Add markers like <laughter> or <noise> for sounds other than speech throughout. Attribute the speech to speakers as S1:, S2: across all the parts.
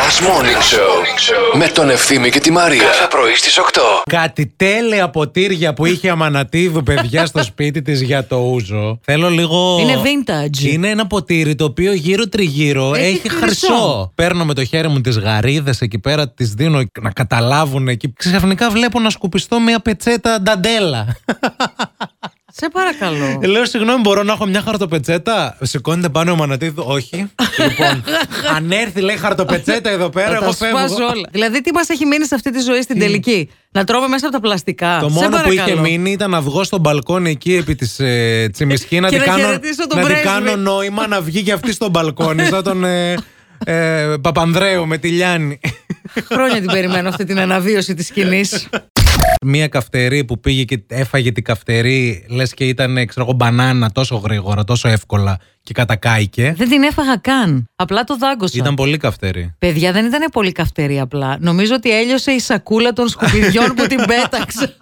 S1: Last Morning Show με τον Ευθύμη και τη Μαρία. Κάθε πρωί στις 8.
S2: Κάτι τέλεια ποτήρια που είχε η Αμανατίδου, παιδιά, στο σπίτι της για το ούζο. Θέλω λίγο.
S3: Είναι vintage.
S2: Είναι ένα ποτήρι το οποίο γύρω τριγύρω έχει,
S3: Έχει
S2: χρυσό.
S3: χρυσό.
S2: Παίρνω με το χέρι μου τις γαρίδες εκεί πέρα, τις δίνω να καταλάβουν εκεί. Ξαφνικά βλέπω να σκουπιστώ μια πετσέτα
S3: <laughs>
S2: νταντέλα. Ε,
S3: Σε παρακαλώ.
S2: Λέω, συγγνώμη, μπορώ να έχω μια χαρτοπετσέτα. Σηκώνεται πάνω ο Μανατίδου.
S3: <laughs>
S2: Όχι. λοιπόν, αν έρθει, λέει χαρτοπετσέτα εδώ πέρα,
S3: Θα τα
S2: εγώ φεύγω.
S3: σπάσω όλα. Δηλαδή, τι μας έχει μείνει σε αυτή τη ζωή στην τελική. Να τρώμε μέσα από τα πλαστικά.
S2: Το
S3: Σε
S2: μόνο που
S3: παρακαλώ.
S2: είχε μείνει ήταν να βγω στο μπαλκόνι εκεί επί της ε, Τσιμισκή να
S3: <laughs> Και
S2: την
S3: να
S2: κάνω,
S3: χαιρετήσω τον
S2: να την
S3: πρέσβη.
S2: κάνω νόημα να βγει και αυτή στο μπαλκόνι, σαν τον ε, ε, Παπανδρέου με τη Λιάννη. <laughs>
S3: Χρόνια την περιμένω αυτή την αναβίωση της σκηνής.
S2: Μία καυτερή που πήγε και έφαγε την καυτερή, λες και ήταν ε, ξέρω εγώ, μπανάνα τόσο γρήγορα, τόσο εύκολα και κατακάηκε.
S3: δεν την έφαγα καν. Απλά το δάγκωσα.
S2: Ήταν πολύ
S3: <laughs>
S2: καυτερή.
S3: Παιδιά δεν ήταν πολύ καυτερή απλά. Νομίζω ότι έλειωσε η σακούλα των σκουπιδιών που την
S2: <laughs>
S3: πέταξα.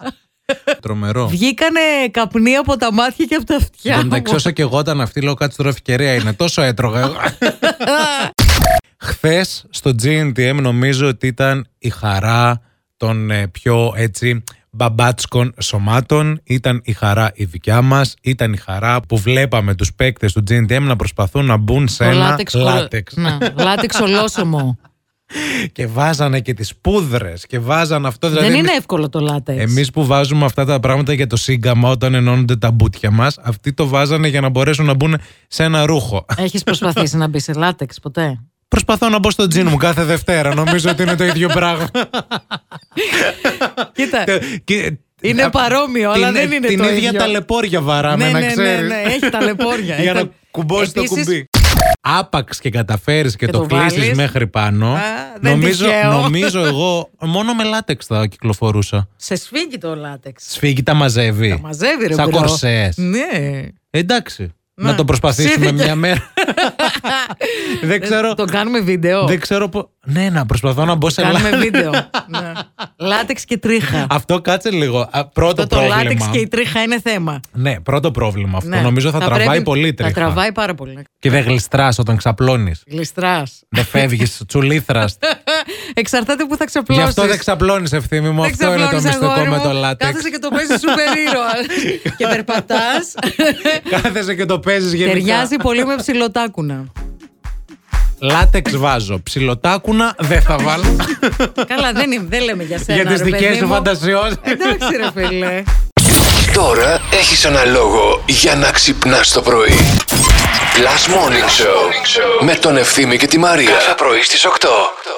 S2: Τρομερό.
S3: Βγήκανε καπνοί από τα μάτια και από τα αυτιά.
S2: Δεν τα
S3: μου.
S2: ξέρω και εγώ όταν αυτή λέω κάτσε τώρα ευκαιρία είναι. Τόσο έτρωγα.
S3: <laughs>
S2: Χθες στο GNTM νομίζω ότι ήταν η χαρά των ε, πιο έτσι μπαμπάτσκων σωμάτων. Ήταν η χαρά η δικιά μας. Ήταν η χαρά που βλέπαμε τους παίκτες του GNTM να προσπαθούν να μπουν σε
S3: Το
S2: ένα
S3: λάτεξ. ναι.
S2: λάτεξ.
S3: κολο- Να, λάτεξ ολόσωμο.
S2: Και βάζανε και τις πούδρες και βάζανε αυτό. <laughs> Δηλαδή,
S3: δεν
S2: εμείς-
S3: είναι εύκολο το λάτεξ.
S2: Εμείς που βάζουμε αυτά τα πράγματα για το σύγκαμα όταν ενώνονται τα μπουτια μας, αυτοί το βάζανε για να μπορέσουν να μπουν σε ένα ρούχο.
S3: Έχεις προσπαθήσει να μπεις σε λάτεξ ποτέ.
S2: Προσπαθώ να μπω στο τζιν μου κάθε Δευτέρα. Νομίζω ότι είναι το ίδιο πράγμα.
S3: Κοίτα.
S2: Ε, Και-
S3: Είναι
S2: α,
S3: παρόμοιο, αλλά δεν είναι
S2: την
S3: το
S2: ίδια
S3: ίδιο.
S2: ταλαιπώρια βαράμε,
S3: Ναι,
S2: να
S3: ναι, ναι,
S2: ξέρεις. <laughs>
S3: ναι, έχει ταλαιπώρια.
S2: Για να
S3: Ήταν-
S2: κουμπώσεις το
S3: Επίσης-
S2: κουμπί. Άπαξ και καταφέρεις και,
S3: Και
S2: το,
S3: το
S2: κλείσεις
S3: βάλεις.
S2: μέχρι πάνω.
S3: Α, δεν
S2: νομίζω,
S3: τυχαίο. <laughs>
S2: νομίζω εγώ μόνο με λάτεξ θα κυκλοφορούσα.
S3: Σε σφίγγει το λάτεξ.
S2: Σφίγγει, τα μαζεύει.
S3: Τα μαζεύει ρε
S2: Σαν
S3: μπρο.
S2: κορσές.
S3: Ναι.
S2: Εντάξει. Να,
S3: Να,
S2: το προσπαθήσουμε
S3: ψήθηκε.
S2: μια
S3: <laughs>
S2: μέρα. δεν ξέρω.
S3: Το κάνουμε βίντεο.
S2: Δεν ξέρω πώ. Ναι, να προσπαθώ να μπω σε
S3: Κάνουμε
S2: λάτεξ.
S3: βίντεο. Ναι. Λάτεξ και τρίχα.
S2: Αυτό κάτσε λίγο. Α, Πρώτο
S3: Το, το λάτεξ
S2: πρόβλημα.
S3: και η τρίχα είναι θέμα.
S2: Ναι, πρώτο πρόβλημα αυτό.
S3: Ναι.
S2: Νομίζω θα, τραβάει
S3: πρέπει-
S2: πολύ τρίχα.
S3: Θα τραβάει πάρα πολύ.
S2: Και δεν γλιστράς όταν ξαπλώνεις.
S3: Γλιστράς.
S2: δεν φεύγεις, τσουλήθρας.
S3: <laughs> Εξαρτάται που θα
S2: Γι'
S3: ξαπλώσει.
S2: αυτό δεν ξαπλώνεις, ευθύνη μου. αυτό είναι το μυστικό με το λάτεξ.
S3: Κάθεσαι και το παίζεις σούπερ
S2: <laughs>
S3: ήρωα. και περπατάς.
S2: Κάθεσαι και το παίζεις γενικά.
S3: Ταιριάζει πολύ με ψηλοτάκουνα.
S2: Λάτεξ βάζω. Ψιλοτάκουνα δεν
S3: <laughs>
S2: θα βάλω.
S3: Καλά, δεν, είναι- δεν λέμε για σένα.
S2: για τι
S3: ρε
S2: δικέ
S3: παιδί
S2: σου
S3: μου.
S2: φαντασιώσεις.
S3: Εντάξει, ρε φίλε.
S1: Τώρα έχεις ένα λόγο για να ξυπνάς το πρωί. Last Morning Show με τον Ευθύμη και τη Μαρία. Κάθε πρωί στις 8.